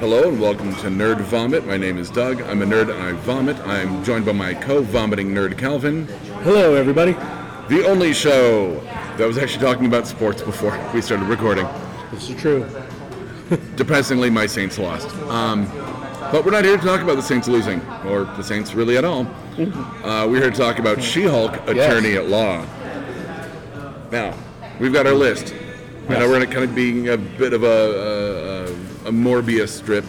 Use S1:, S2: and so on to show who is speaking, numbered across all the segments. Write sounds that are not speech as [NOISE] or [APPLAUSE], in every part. S1: Hello and welcome to Nerd Vomit. My name is Doug. I'm a nerd and I vomit. I'm joined by my co vomiting nerd Calvin.
S2: Hello, everybody.
S1: The only show that was actually talking about sports before [LAUGHS] we started recording.
S2: This is true.
S1: Depressingly, my Saints lost. Um, but we're not here to talk about the Saints losing, or the Saints really at all.
S2: Mm-hmm.
S1: Uh, we're here to talk about She Hulk, attorney at law. Now, we've got our list. I know
S2: Yes.
S1: we're going to kind of be a bit of a, a, a Morbius strip,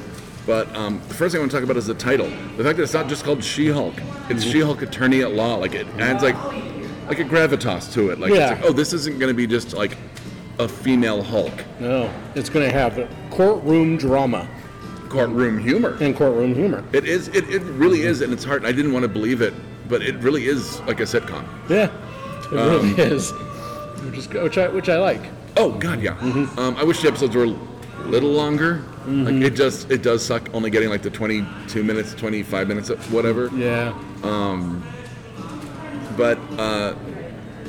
S1: but um, the first thing I want to talk about is the title. The fact that it's not just called She Hulk, it's
S2: Mm-hmm.
S1: She Hulk attorney at law. Like, it adds like like a gravitas to it. Like, it's
S2: Yeah.
S1: like, oh, this isn't going to be just like a female Hulk.
S2: No, it's going to have courtroom drama
S1: Courtroom humor.
S2: and courtroom humor.
S1: It is. It, it really is, and it's hard. I didn't want to believe it, but it really is like a sitcom.
S2: Yeah,
S1: Um,
S2: it really is. Which, is, which, I, which I like.
S1: Oh God, yeah. Um, I wish the episodes were a little longer. Like it just it does suck only getting like the 22 minutes, 25 minutes, whatever.
S2: Yeah.
S1: But uh,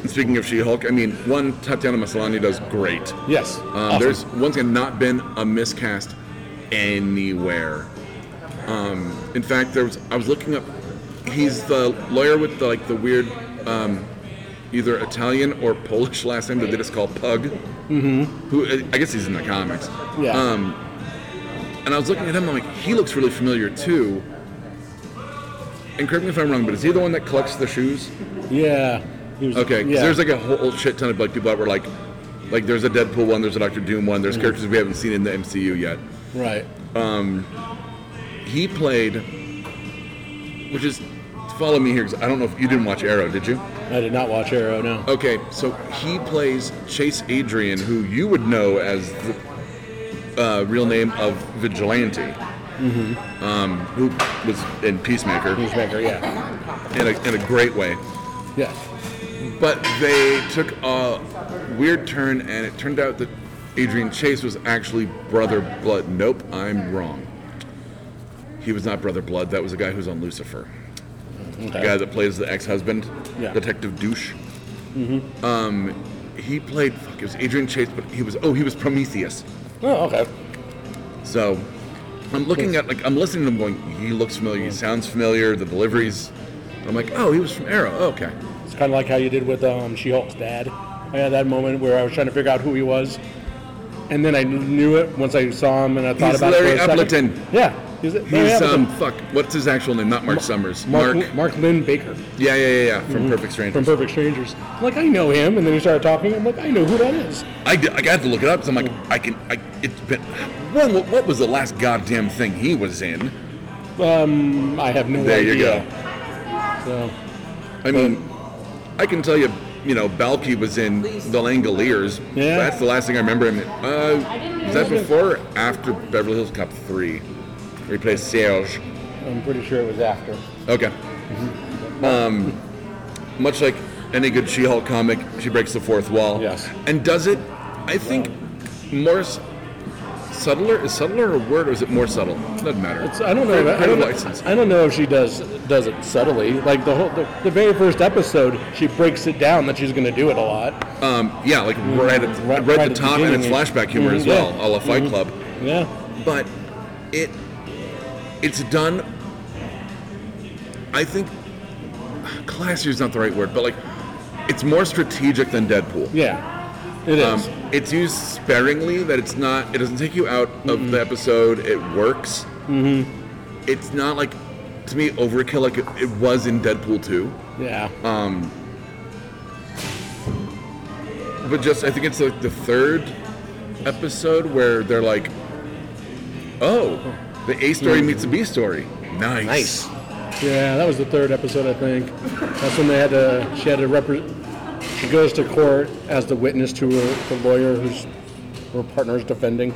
S1: speaking of She-Hulk, I mean, one Tatiana Maslany does great.
S2: Yes.
S1: Um, There's once again not been a miscast anywhere. Um, in fact, there was. I was looking up. He's the lawyer with the, like the weird, um, either Italian or [LAUGHS] Polish last name that they just call Pug. Mm-hmm. Who I I guess he's in the comics.
S2: Yeah.
S1: Um, and I was looking at him. I'm like, he looks really familiar too. And correct me if I'm wrong, but is he the one that collects the shoes?
S2: yeah. He was-
S1: Okay, 'cause
S2: yeah.
S1: there's like a whole shit ton of like people that were like, like there's a Deadpool one, there's a Doctor Doom one, there's
S2: Mm-hmm.
S1: characters we haven't seen in the MCU yet.
S2: Right.
S1: He played, which is, follow me here because I don't know if you didn't watch Arrow, did you?
S2: I did not watch Arrow, no.
S1: Okay, so he plays Chase Adrian, who you would know as the uh, real name of Vigilante,
S2: Mm-hmm.
S1: um, who was in Peacemaker
S2: Newsmaker, yeah.
S1: in a, in a great way.
S2: Yeah.
S1: But they took a weird turn, and it turned out that Adrian Chase was actually Brother Blood. Nope, I'm wrong. He was not Brother Blood. That was the guy who's on Lucifer, the guy
S2: Okay.
S1: that plays the ex-husband,
S2: Yeah.
S1: Detective Douche. Mm-hmm. Um, he played. Fuck, it was Adrian Chase, but he was. Oh, he was Prometheus.
S2: Oh, okay.
S1: So I'm looking at like I'm listening to him going. He looks familiar. He sounds familiar. The deliveries. I'm like, oh, he was from Arrow. Okay.
S2: It's kind of like how you did with um, She Hulk's dad. I had that moment where I was trying to figure out who he was, and then I knew it once I saw him and I thought
S1: He's
S2: about
S1: Larry
S2: it. for a second.
S1: Epperton.
S2: Yeah. He's, Larry
S1: He's um
S2: Epperton.
S1: fuck. What's his actual name? Not Mark Summers.
S2: Mark,
S1: Mark.
S2: Mark, Lynn Baker.
S1: Yeah, yeah, yeah, yeah. From Perfect Strangers.
S2: from Perfect Strangers. I'm like, I know him. And then we started talking. I'm like, I know who that is.
S1: I, did, I got to look it up because I'm like, I can. I, it's been. When, what, what was the last goddamn thing he was in?
S2: Um, I have no
S1: There
S2: idea.
S1: you go.
S2: So,
S1: I mean, I can tell you, you know, Balky was in The Langoliers.
S2: Yeah.
S1: That's the last thing I remember him. in. Uh, was that before or after Beverly Hills Cop 3? Where he plays Serge.
S2: I'm pretty sure it was after.
S1: Okay. Um, much like any good She-Hulk comic, she breaks the fourth wall.
S2: Yes.
S1: And does it? I think more s- subtler. Is subtler a word, or is it more subtle? Doesn't matter.
S2: It's, I don't know.
S1: Creative
S2: I don't know,
S1: license.
S2: I don't know if she does does it subtly. Like the whole the, the very first episode, she breaks it down that she's going to do it a lot.
S1: Um, yeah, like right at right,
S2: Mm-hmm. Right-
S1: at
S2: right
S1: the
S2: at the
S1: top, and it's
S2: beginning.
S1: flashback humor
S2: Mhm,
S1: as
S2: yeah.
S1: well, a la Fight Club.
S2: Yeah.
S1: But it it's done. I think classier is not the right word, but like it's more strategic than Deadpool.
S2: Yeah. It is.
S1: Um, it's used sparingly. That it's not. It doesn't take you out of the episode. It works. Mm-hmm. It's not like to me overkill like it, it was in Deadpool two.
S2: yeah.
S1: But just I think it's like the third episode where they're like, oh, the A story meets the B story. Mm. Nice.
S2: Yeah, that was the third episode, I think. That's when they had to. She had to repre- She goes to court as the witness to her, the lawyer who's her partner's defending.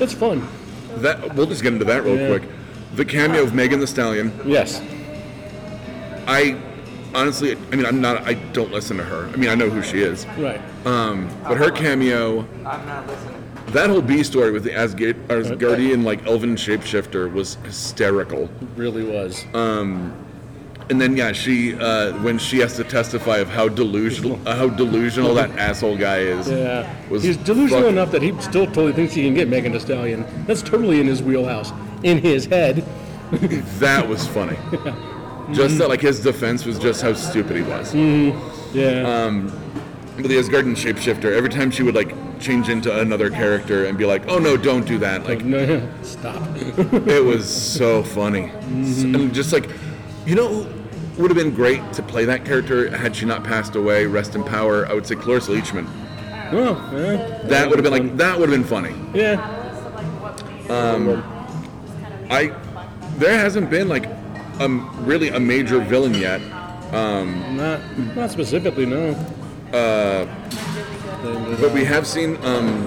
S2: It's fun.
S1: That we'll just get into that real
S2: Yeah.
S1: quick. The cameo of Megan the Stallion.
S2: Yes.
S1: I honestly, I mean, I'm not. I don't listen to her. I mean, I know who she is.
S2: Right.
S1: Um, but her cameo.
S3: I'm not listening.
S1: That whole B story with the Asga- Asgardian like elven shapeshifter was hysterical.
S2: really was.
S1: Uh, And then yeah, she uh, when she has to testify of how delusional uh, how delusional that asshole guy is.
S2: yeah.
S1: was
S2: He's delusional
S1: fucking-
S2: enough that he still totally thinks he can get Megan Thee Stallion. That's totally in his wheelhouse. in his head.
S1: That was funny. Just that, like his defense was just how stupid he was.
S2: Yeah.
S1: Um, But the Asgardian shapeshifter, every time she would like change into another character and be like, "Oh no, don't do that!" Like
S2: no,
S1: [LAUGHS]
S2: stop.
S1: it was so funny, S- and just like, you know, would have been great to play that character had she not passed away. Rest in power. I would say Clarissa Leachman.
S2: Oh, yeah.
S1: That would have been like that would have been funny.
S2: Yeah.
S1: I there hasn't been like um really a major villain yet.
S2: Not, not specifically, no. Uh,
S1: But we have seen um,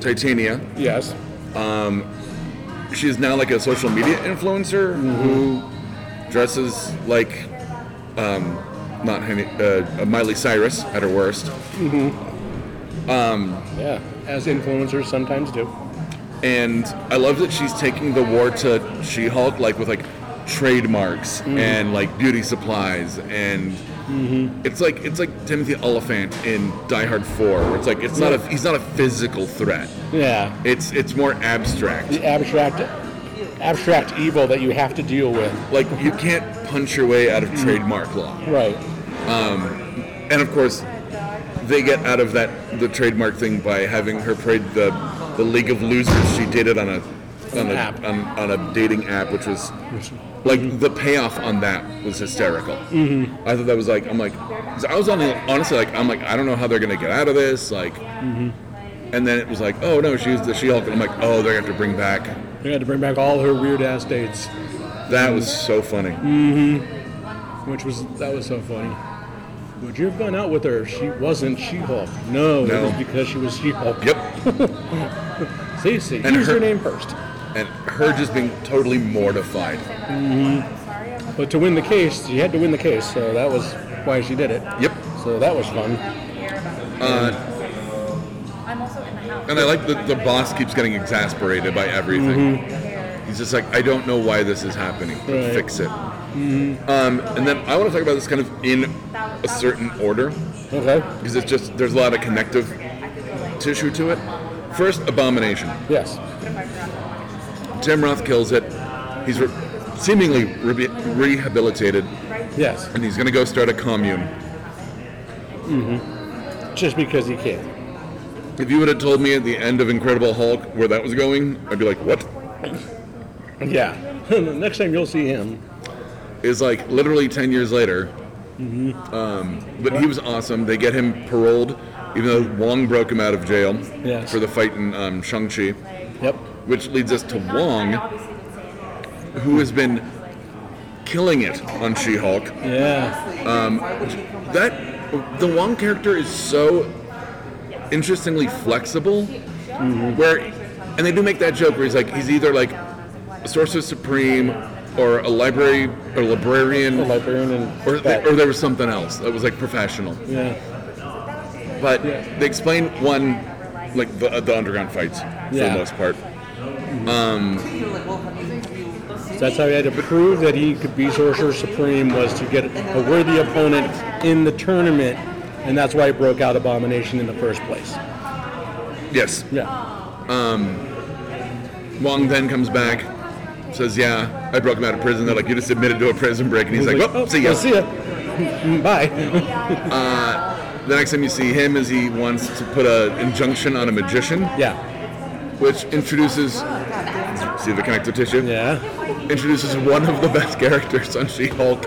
S1: Titania.
S2: yes.
S1: She's now like a social media influencer who Mm-hmm. dresses like um, not Henny, uh, Miley Cyrus at her worst,
S2: Yeah. As influencers sometimes do.
S1: and I love that she's taking the war to She-Hulk like with like trademarks and like beauty supplies and. It's like it's like Timothy Oliphant in Die Hard 4. Where it's like it's not a he's not a physical threat.
S2: Yeah.
S1: It's it's more abstract.
S2: The abstract, abstract evil that you have to deal with.
S1: Like you can't punch your way out of trademark law.
S2: Right.
S1: And of course, they get out of that the trademark thing by having her parade the the League of Losers she dated on a on a
S2: App.
S1: on, on a dating app, which was like the payoff on that was hysterical. Mm-hmm. I thought that was like I'm like 'cause I was on the- honestly like I'm like I don't know how they're gonna get out of this like. And then it was like, oh no, she's the She-Hulk, and I'm like, oh, they're gonna have to bring back.
S2: We had to bring back all her weird ass dates,
S1: That was so funny.
S2: which was that was so funny. Would you have gone out with her? She wasn't She-Hulk. No, it
S1: No.
S2: was because she was She-Hulk.
S1: Yep.
S2: See, see,
S1: And
S2: use her
S1: her-
S2: name first.
S1: and her just being totally mortified.
S2: But to win the case, she had to win the case, so that was why she did it.
S1: Yep.
S2: So that was fun.
S1: And I like that the boss keeps getting exasperated by everything. He's just like, I don't know why this is happening. but
S2: Right.
S1: Fix it. Um, and then I want to talk about this kind of in a certain order
S2: Okay.
S1: because it's just there's a lot of connective tissue to it. First, Abomination.
S2: Yes.
S1: Tim Roth kills it. He's re- seemingly re- rehabilitated,
S2: Yes.
S1: and he's going to go start a commune.
S2: Just because he can.
S1: If you would have told me at the end of Incredible Hulk where that was going, I'd be like, what?
S2: Yeah. [LAUGHS] the next time you'll see him.
S1: is like literally 10 years later. Um, but he was awesome. They get him paroled, even though Wong broke him out of jail
S2: Yes.
S1: for the fight in um, Shang-Chi,
S2: Yep.
S1: which leads us to Wong, who has been killing it on She-Hulk.
S2: Yeah.
S1: That the Wong character is so interestingly flexible,
S2: Mm-hmm.
S1: where and they do make that joke where he's like he's either like a sorcerer supreme or a library or librarian
S2: The librarian and
S1: or,
S2: Oh, that-
S1: or there was something else that was like professional.
S2: yeah.
S1: But they explain one, like the, the underground fights for
S2: Yeah.
S1: the most part.
S2: So that's how he had to prove that he could be Sorcerer Supreme was to get a worthy opponent in the tournament, and that's why he broke out Abomination in the first place.
S1: Yes.
S2: Yeah.
S1: Wong then comes back, says, "Yeah, I broke him out of prison." They're like, "You just admitted to a prison break," and he's like, "Oh, see ya."
S2: well, see ya. [LAUGHS] Bye.
S1: The next time you see him is he wants to put an injunction on a magician,
S2: Yeah.
S1: which introduces see the connective tissue
S2: Yeah.
S1: introduces one of the best characters on She-Hulk.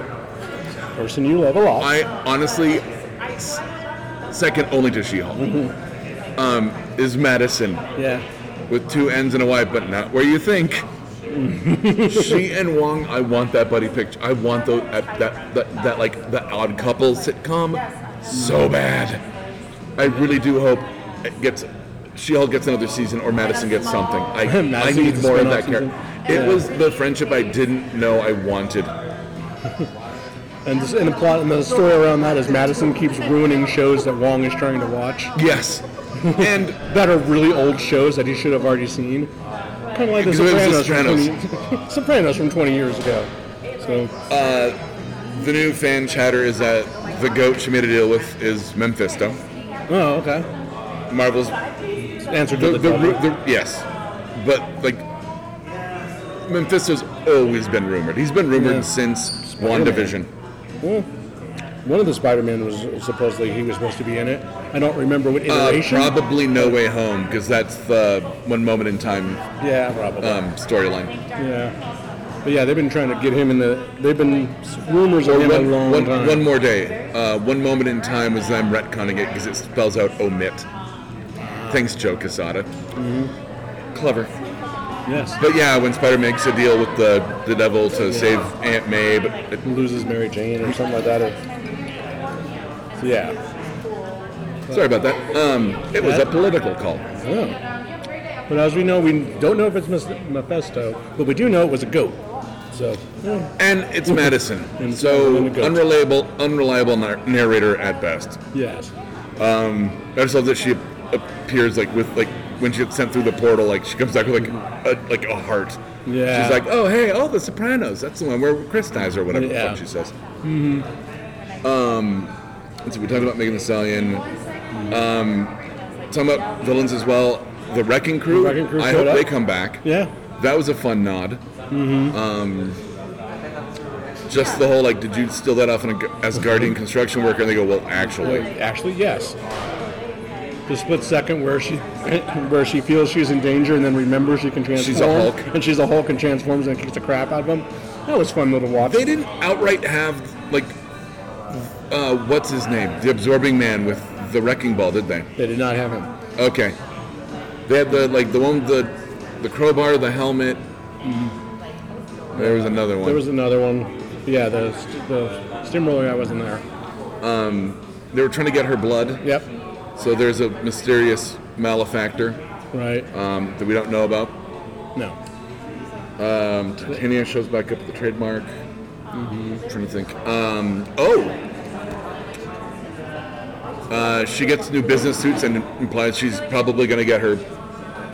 S2: Person you love a lot.
S1: I honestly, s- second only to She-Hulk, um, is Madison.
S2: yeah.
S1: with two N's and a Y, but not where you think.
S2: [LAUGHS]
S1: she and Wong, I want that buddy picture. I want the, that, that that that like the Odd Couple sitcom so bad. I really do hope it gets she-Hulk gets another season or Madison gets something. I, I
S2: [LAUGHS] Madison
S1: need
S2: gets a
S1: more of that
S2: spin-off
S1: character.
S2: season.
S1: It
S2: Yeah.
S1: was the friendship I didn't know I wanted.
S2: And, this, and the plot and the story around that is Madison keeps ruining shows that Wong is trying to watch [LAUGHS]
S1: Yes, and
S2: that are really old shows that he should have already seen. Kind of like The
S1: Because it was The
S2: Sopranos, From 20, [LAUGHS] Sopranos from 20 years ago. So
S1: the new fan chatter is that the goat she made a deal with is Mephisto.
S2: oh okay.
S1: Marvel's
S2: Answer to
S1: the,
S2: the,
S1: the,
S2: the,
S1: the, yes, but like Mephisto's always been rumored. He's been rumored
S2: Yeah.
S1: since
S2: Spider-Man.
S1: WandaVision.
S2: Hmm. One of the Spider-Man was supposedly he was supposed to be in it. I don't remember what
S1: Uh,
S2: iteration.
S1: probably No Way Home because that's the one moment in time
S2: yeah, probably.
S1: um, storyline.
S2: yeah, but yeah, they've been trying to get him in the. They've been rumors of him a
S1: One,
S2: long
S1: one-
S2: time.
S1: one more day. Uh, one moment in time was them retconning it because it spells out omit. Thanks, Joe Casada.
S2: Mm-hmm.
S1: Clever.
S2: yes,
S1: But yeah, when Spider makes a deal with the, the devil to save Aunt May, but it,
S2: loses Mary Jane or something like that. Or, yeah.
S1: sorry about that. Um, it was a political call.
S2: yeah. Oh. But as we know, we don't know if it's Mes- Mephisto, but we do know it was a goat. So yeah,
S1: And it's Madison,
S2: [LAUGHS] And-
S1: so
S2: and it goes.
S1: unreliable, unreliable nar- narrator at best.
S2: yes,
S1: I just love that she appears like with like when she gets sent through the portal, like she comes back with like a, like a heart.
S2: Yeah.
S1: She's like, oh hey, oh the Sopranos. That's the one where Chris dies or whatever the
S2: Yeah. Mm-hmm.
S1: fuck she says. Mm-hmm. Um, let's see, we talked about Megan Thee Stallion. Um, talking about villains as well. The Wrecking Crew.
S2: The Wrecking Crew
S1: I
S2: showed
S1: hope they
S2: up.
S1: come back.
S2: yeah,
S1: That was a fun nod. Mm-hmm. Um, just the whole like, did you steal that off an Asgardian construction worker? And they go, well,
S2: Wait,
S1: actually,
S2: actually, yes. The split second where she [CLEARS THROAT] where she feels she's in danger and then remembers she can transform.
S1: She's a Hulk.
S2: And she's a Hulk and transforms and kicks the crap out of him. That was fun little watch.
S1: they didn't outright have like, uh, what's his name, the absorbing man with the wrecking ball, did they?
S2: They did not have him.
S1: Okay, they had the like the one with the the crowbar, the helmet. There was another one.
S2: Mm-hmm. There was another one. Yeah, the, the steamroller guy wasn't there.
S1: they were trying to get her blood,
S2: Yep.
S1: so there's a mysterious malefactor
S2: Right.
S1: um, that we don't know about.
S2: No.
S1: Um, Titania shows back up at the trademark. trying to think. Um, oh! Uh, she gets new business suits and implies she's probably going to get her,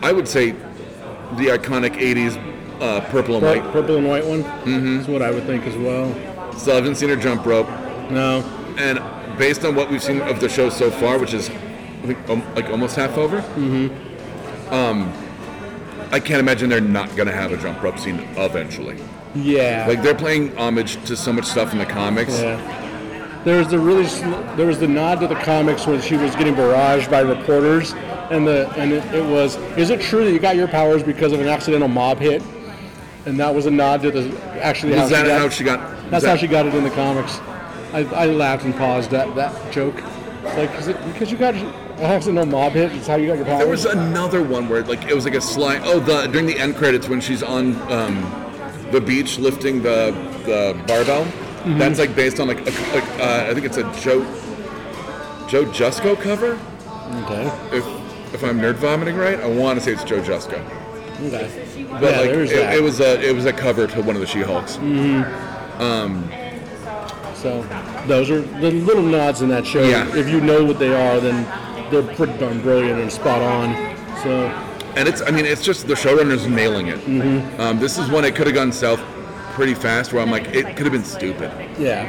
S1: I would say, the iconic 80s uh, purple and
S2: Pur-
S1: white.
S2: Purple and white one. Mm-hmm. That's what I would think as well.
S1: So I haven't seen her jump rope.
S2: No.
S1: And based on what we've seen of the show so far, which is I think, um, like almost half over, mm-hmm. um, I can't imagine they're not going to have a jump rope scene eventually.
S2: Yeah.
S1: Like they're playing homage to so much stuff in the comics.
S2: Yeah. There was the really sl- there was the nod to the comics where she was getting barraged by reporters, and the and it, it was is it true that you got your powers because of an accidental mob hit? And that was a nod to the actually.
S1: Was
S2: how
S1: that
S2: she got,
S1: how she got?
S2: That's
S1: was
S2: how
S1: that-
S2: she got it in the comics. I, I laughed and paused at that joke. It's like is it because you got an accidental mob hit? It's how you got your powers.
S1: There was another one where like it was like a slide. Oh, the during the end credits when she's on um, the beach lifting the the barbell.
S2: Mm-hmm.
S1: That's like based on like, a, like uh, I think it's a Joe Joe Jusco cover.
S2: okay.
S1: If if I'm nerd vomiting right, I want to say it's Joe Jusco.
S2: Okay.
S1: But
S2: yeah,
S1: like
S2: there's
S1: it,
S2: that. Mm.
S1: it was a it was a cover to one of the She Hulks.
S2: So those are the little nods in that show.
S1: Yeah.
S2: If you know what they are, then they're pretty darn brilliant and spot on. So
S1: And it's, I mean, it's just the showrunner's nailing it.
S2: Mm-hmm.
S1: Um, this is one it could have gone south pretty fast where I'm like, it could have been stupid.
S2: yeah,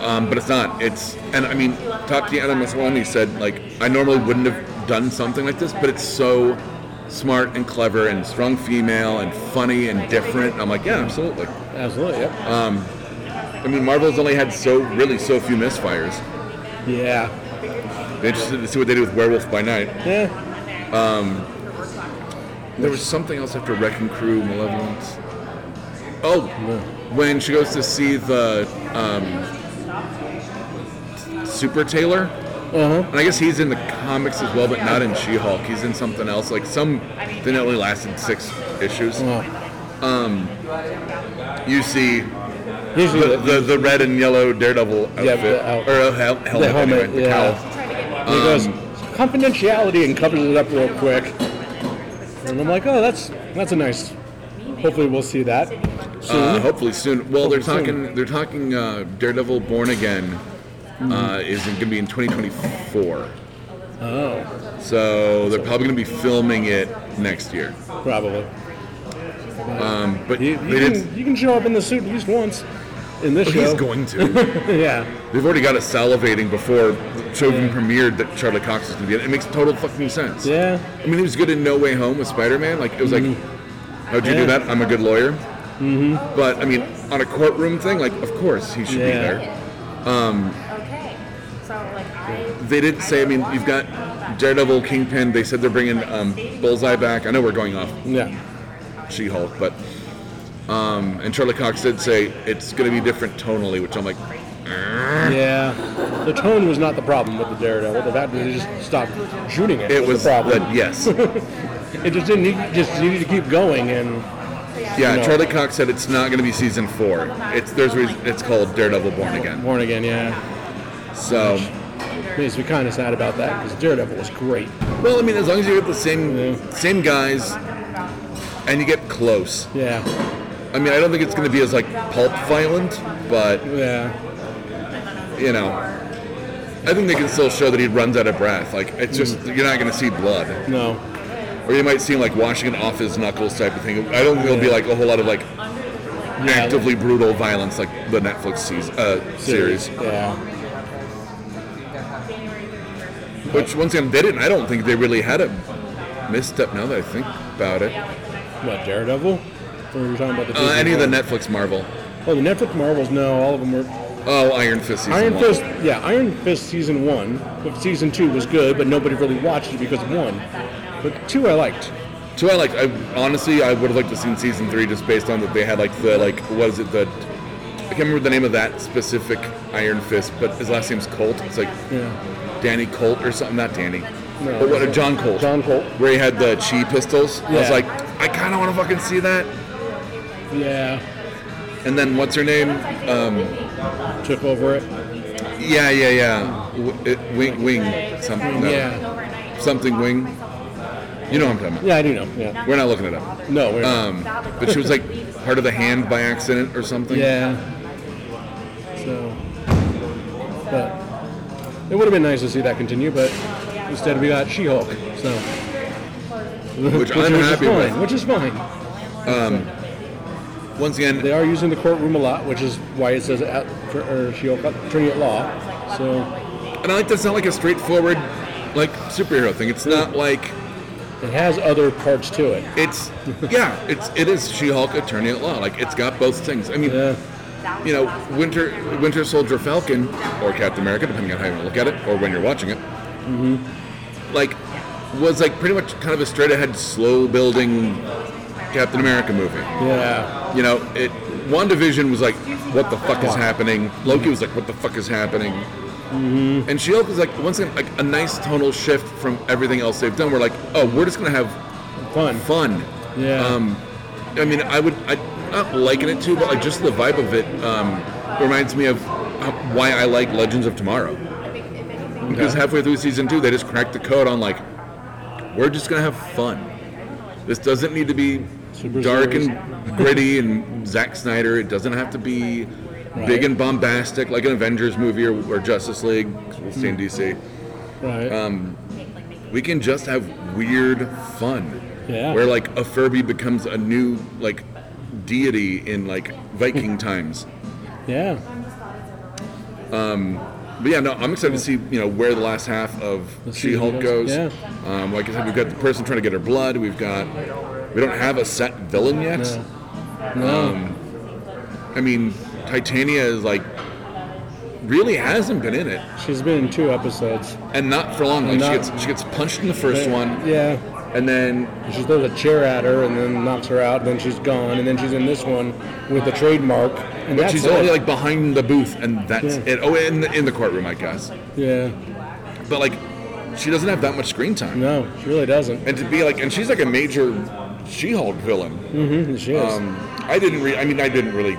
S1: Um, but it's not. It's, and I mean, Tatiana Maslany said, like, I normally wouldn't have done something like this, but it's so smart and clever and strong female and funny and different. I'm like, yeah, absolutely.
S2: absolutely. Yep.
S1: I mean, Marvel's only had so, really, so few misfires.
S2: yeah.
S1: Be interested to see what they do with Werewolf by Night.
S2: Yeah.
S1: There was something else after Wrecking Crew, Malevolence. Oh, when she goes to see the um, Super Taylor,
S2: Uh huh.
S1: and I guess he's in the comics as well, but not in She-Hulk. He's in something else, like some thing that only lasted six issues.
S2: Oh.
S1: You see
S2: Usually
S1: the,
S2: the,
S1: the, the red and yellow Daredevil outfit,
S2: Yeah, the out-
S1: or uh, hel- helmet,
S2: the helmet.
S1: anyway, the
S2: yeah.
S1: cowl. Um,
S2: And he goes confidentiality and covers it up real quick. And I'm like, oh, that's that's a nice. Hopefully, we'll see that soon.
S1: Uh, hopefully soon. Well, they're
S2: Hopefully
S1: talking. They're talking. Uh, Daredevil: Born Again
S2: Hmm.
S1: uh, is going to be in 2024.
S2: oh,
S1: So they're probably going to be filming it next year. Um,
S2: probably.
S1: But
S2: You,
S1: they
S2: you,
S1: didn't.
S2: can, you can show up in the suit at least once in this show.
S1: Oh, He's going
S2: [LAUGHS]
S1: to.
S2: yeah.
S1: They've already got us salivating before the show even premiered that Charlie Cox is going to be in. it. It makes total fucking sense.
S2: Yeah.
S1: I mean, he was good in No Way Home with Spider Man. Like it was like How'd you
S2: Mm-hmm. Yeah.
S1: do that? I'm a good lawyer. Mm-hmm. But I mean, on a courtroom thing, like, of course he should
S2: Yeah.
S1: be there.
S3: okay. So like I.
S1: They did say, I mean, you've got Daredevil, Kingpin. They said they're bringing um, Bullseye back. I know we're going off
S2: Yeah.
S1: She-Hulk, but um, and Charlie Cox did say it's going to be different tonally, which I'm like,
S2: Yeah. The tone was not the problem with the Daredevil. The fact that they just stopped shooting it,
S1: it was
S2: the problem.
S1: that
S2: [LAUGHS]
S1: yes,
S2: It just didn't. Need, just needed to keep going, and
S1: yeah.
S2: No.
S1: Charlie Cox said it's not going to be season four. It's there's a reason- it's called Daredevil Born Again.
S2: born again. Yeah.
S1: So
S2: Makes me kind of sad about that because Daredevil was great.
S1: well, I mean, as long as you get the same same guys and you get close.
S2: Yeah.
S1: I mean, I don't think it's going to be as like pulp violent, but
S2: Yeah.
S1: you know, I think they can still show that he runs out of breath. Like it's just you're not going to see blood.
S2: No.
S1: or you might see him like washing it off his knuckles type of thing. I don't think there'll be like a whole lot of like actively brutal violence like the Netflix season, uh, series.
S2: Yeah.
S1: Which once again, they didn't. I don't think they really had a misstep. Now that I think about it,
S2: What Daredevil? Or you talking about the
S1: uh,
S2: Disney
S1: any of the
S2: one?
S1: Netflix Marvel,
S2: Oh, the Netflix Marvels. No, all of them were.
S1: oh Iron Fist season
S2: Iron
S1: one.
S2: Fist, yeah, Iron Fist season one. But season two was good, but nobody really watched it because of one. But two, I liked.
S1: So I like. I honestly, I would have liked to seen season three just based on that they had like the like what is it the. I can't remember the name of that specific Iron Fist, but his last name's Colt. It's like
S2: Yeah,
S1: Danny Colt or something. Not Danny,
S2: No,
S1: but what? uh,
S2: it's-
S1: John Colt.
S2: John Holt.
S1: where he had the chi pistols. I was
S2: Yeah.
S1: like, I kind of want to fucking see that.
S2: Yeah,
S1: And then what's her name? Um,
S2: took over it.
S1: yeah, yeah, yeah. W- it, wing, wing, something. No.
S2: Yeah,
S1: Something wing. You know what I'm talking about.
S2: yeah, I do know. Yeah,
S1: We're not looking it up.
S2: no, we're not.
S1: Um, but she was like part of the hand by accident or something.
S2: yeah. So, but it would have been nice to see that continue, but instead we got She-Hulk. So,
S1: Which I'm
S2: is
S1: happy
S2: fine,
S1: with.
S2: Which is fine.
S1: Um, Once
S2: They
S1: again,
S2: are using the courtroom a lot, which is why it says at, or She-Hulk attorney at law. So
S1: and I like that's not like a straightforward like superhero thing. It's not like
S2: it has other parts to it.
S1: it's yeah, it's it is She-Hulk attorney at law. Like it's got both things. I mean,
S2: Yeah.
S1: you know, Winter Winter Soldier Falcon or Captain America, depending on how you want to look at it or when you're watching it, mm-hmm. like was like pretty much kind of a straight ahead slow building Captain America movie.
S2: Yeah,
S1: You know, it WandaVision was like, what the fuck is happening? Loki was like, what the fuck is happening? And She-Hulk was like, once again, like a nice tonal shift from everything else they've done. We're like, oh, we're just gonna have
S2: fun.
S1: fun.
S2: Yeah.
S1: Um, I mean, I would, I not liken it to, but like just the vibe of it um, reminds me of how- why I like Legends of Tomorrow. Because halfway through season two, they just cracked the code on like, we're just gonna have fun. This doesn't need to be
S2: Super
S1: dark
S2: serious.
S1: and gritty and Zack Snyder. It doesn't have to be big
S2: Right.
S1: and bombastic like an Avengers movie or, or Justice League. 'cause We'll stay in DC.
S2: right.
S1: um, We can just have weird fun.
S2: Yeah.
S1: Where like a Furby becomes a new like deity in like Viking
S2: [LAUGHS]
S1: times.
S2: yeah.
S1: But yeah, no, I'm excited to see you know where the last half of
S2: see
S1: She-Hulk
S2: what
S1: goes.
S2: goes- yeah.
S1: Um, like I said, we've got the person trying to get her blood. We've got we don't have a set villain yet.
S2: No. No.
S1: I mean, Titania is like really hasn't been in it,
S2: She's been in two episodes.
S1: and not for long. Like
S2: Not-
S1: she gets she gets punched in the first one,
S2: Yeah.
S1: and then
S2: She throws a chair at her and then knocks her out, and then she's gone, and then she's in this one with the trademark. And
S1: but
S2: that's
S1: she's
S2: it.
S1: only like behind the booth, and that's
S2: Yeah.
S1: it. Oh, in the, in the courtroom, I guess.
S2: Yeah.
S1: but like she doesn't have that much screen time
S2: No, she really doesn't.
S1: and to be like and she's like a major she-hulk villain
S2: Mm-hmm, she is.
S1: um, i didn't re- i mean i didn't really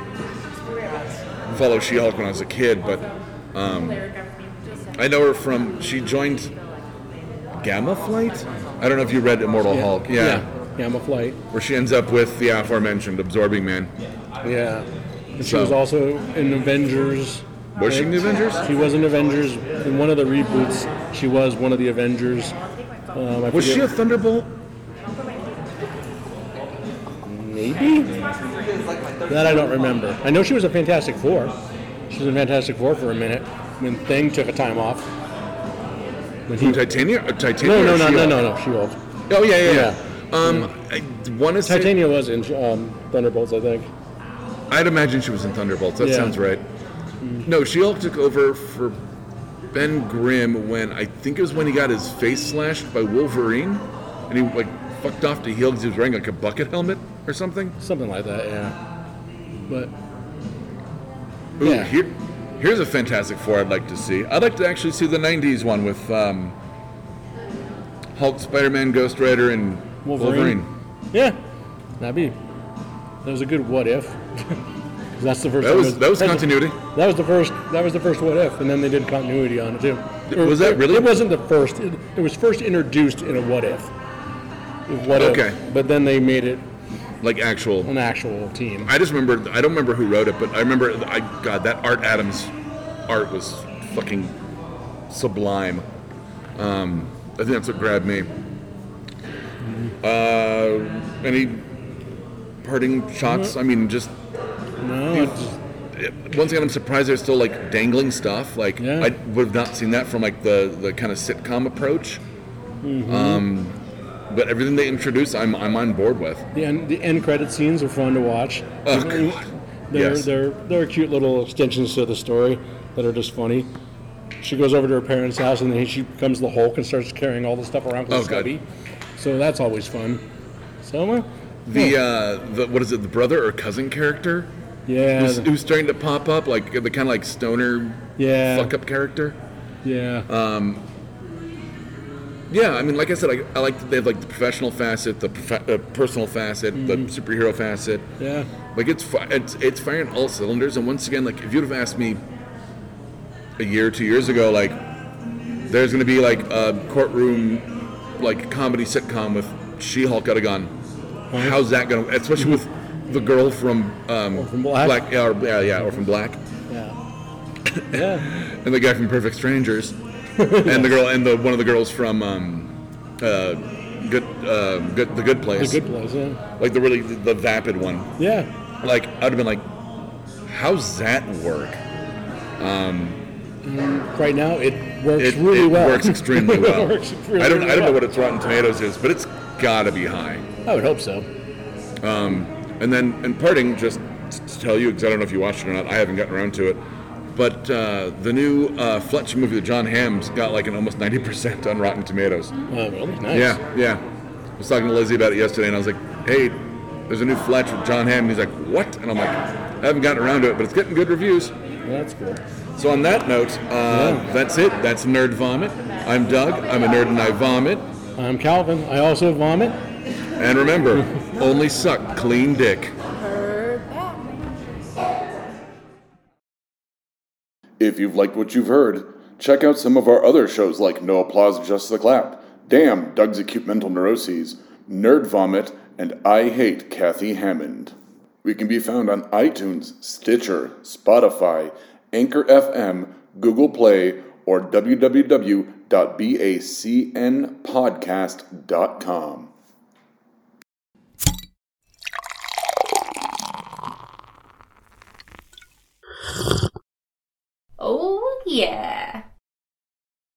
S1: follow she-hulk when i was a kid but um, i know her from she joined gamma flight i don't know if you read immortal hulk yeah,
S2: yeah. Yeah, I'm a flight.
S1: where she ends up with the aforementioned absorbing man
S2: Yeah. And she
S1: So-
S2: was also in Avengers.
S1: Was she in the Avengers?
S2: She was in Avengers. In one of the reboots, she was one of the Avengers. Um, I
S1: was she a
S2: forget-
S1: thunderbolt
S2: Maybe? That I don't remember. I know she was a Fantastic Four. She was in Fantastic Four for a minute when Thing took a time off. When he,
S1: titania Uh, titania
S2: no,
S1: or
S2: no, no,
S1: She-Hulk?
S2: no, no, no, She Hulk.
S1: oh yeah yeah, yeah.
S2: Yeah.
S1: Um, I want to say
S2: Titania was in um, Thunderbolts, I think.
S1: I'd imagine she was in Thunderbolts. That
S2: Yeah. Mm.
S1: sounds right. No, She-Hulk took over for Ben Grimm when I think it was when he got his face slashed by Wolverine, and he like fucked off to heal because he was wearing like a bucket helmet or something.
S2: Something like that, yeah. But
S1: Ooh,
S2: Yeah.
S1: here, here's a Fantastic Four I'd like to see. I'd like to actually see the '90s one with um, Hulk, Spider-Man, Ghost Rider, and
S2: Wolverine.
S1: Wolverine.
S2: yeah, that'd be. That was a good what if. [LAUGHS] 'Cause That's the first.
S1: That
S2: time
S1: was that was
S2: that's the-
S1: continuity.
S2: That was the first. That was the first what if, and then they did continuity on it too.
S1: Th- was that really?
S2: It wasn't the first. It, it was first introduced in a what if. What if,
S1: Okay.
S2: But then they made it
S1: Like actual.
S2: an actual team.
S1: I just remember. I don't remember who wrote it, but I remember. I God, that Art Adams art was fucking sublime. Um, I think that's what grabbed me. Uh, any parting shots? I mean, just
S2: no, it's just,
S1: once again, I'm surprised there's still like dangling stuff. Like
S2: Yeah.
S1: I would have not seen that from like the the kind of sitcom approach. Um, but everything they introduce, I'm I'm on board with.
S2: the end. The end credit scenes are fun to watch.
S1: Oh, God.
S2: They're,
S1: Yes.
S2: they're, they're cute little extensions to the story that are just funny. She goes over to her parents' house and then she becomes the Hulk and starts carrying all the stuff around
S1: Oh,
S2: because
S1: God.
S2: heavy. So that's always fun. So, well,
S1: The uh, the what is it? The brother or cousin character?
S2: yeah,
S1: who's,
S2: the-
S1: who's starting to pop up, like the kind of like stoner
S2: Yeah.
S1: fuck up character.
S2: yeah,
S1: Yeah, I mean, like I said, I, I like that they have like the professional facet, the prof- uh, personal facet, the
S2: Mm-hmm.
S1: superhero facet.
S2: yeah.
S1: Like it's, fi- it's it's firing all cylinders. And once again, like if you'd have asked me a year, two years ago, like there's gonna be like a courtroom, like comedy sitcom with She-Hulk got a gun. How's that gonna? Especially with the girl from um,
S2: Orphan Mm-hmm. Black.
S1: yeah, or, yeah, yeah, or from Black.
S2: Yeah. yeah.
S1: and the guy from Perfect Strangers, and the girl and the one of the girls from um, uh, good, uh, good, the Good
S2: The
S1: Place,
S2: good place, yeah.
S1: like the really the vapid one.
S2: Yeah.
S1: Like I'd have been like, how's that work?
S2: Right now, it works
S1: It,
S2: really
S1: it
S2: well.
S1: works extremely
S2: [LAUGHS] It
S1: well.
S2: works really,
S1: I don't
S2: really
S1: I don't know
S2: well.
S1: what its Rotten Tomatoes is, but it's gotta be high.
S2: I would hope so.
S1: And then in parting, just t- to tell you because I don't know if you watched it or not, I haven't gotten around to it. But uh, the new uh, Fletch movie with John Hamm's got like an almost 90% on Rotten Tomatoes.
S2: Uh, really nice.
S1: Yeah, yeah. I was talking to Lizzie about it yesterday, and I was like, "Hey, there's a new Fletch with John Hamm." And he's like, "What?" And I'm like, "I haven't gotten around to it, but it's getting good reviews."
S2: That's cool.
S1: So on that note, uh, that's it. That's nerd vomit. I'm Doug. I'm a nerd, and I vomit.
S2: I'm Calvin. I also vomit.
S1: And remember, only suck clean dick.
S3: Her back.
S4: If you've liked what you've heard, check out some of our other shows like No Applause, Just the Clap, Damn, Doug's Acute Mental Neuroses, Nerd Vomit, and I Hate Kathy Hammond. We can be found on iTunes, Stitcher, Spotify, Anchor FM, Google Play, or www.bacnpodcast.com.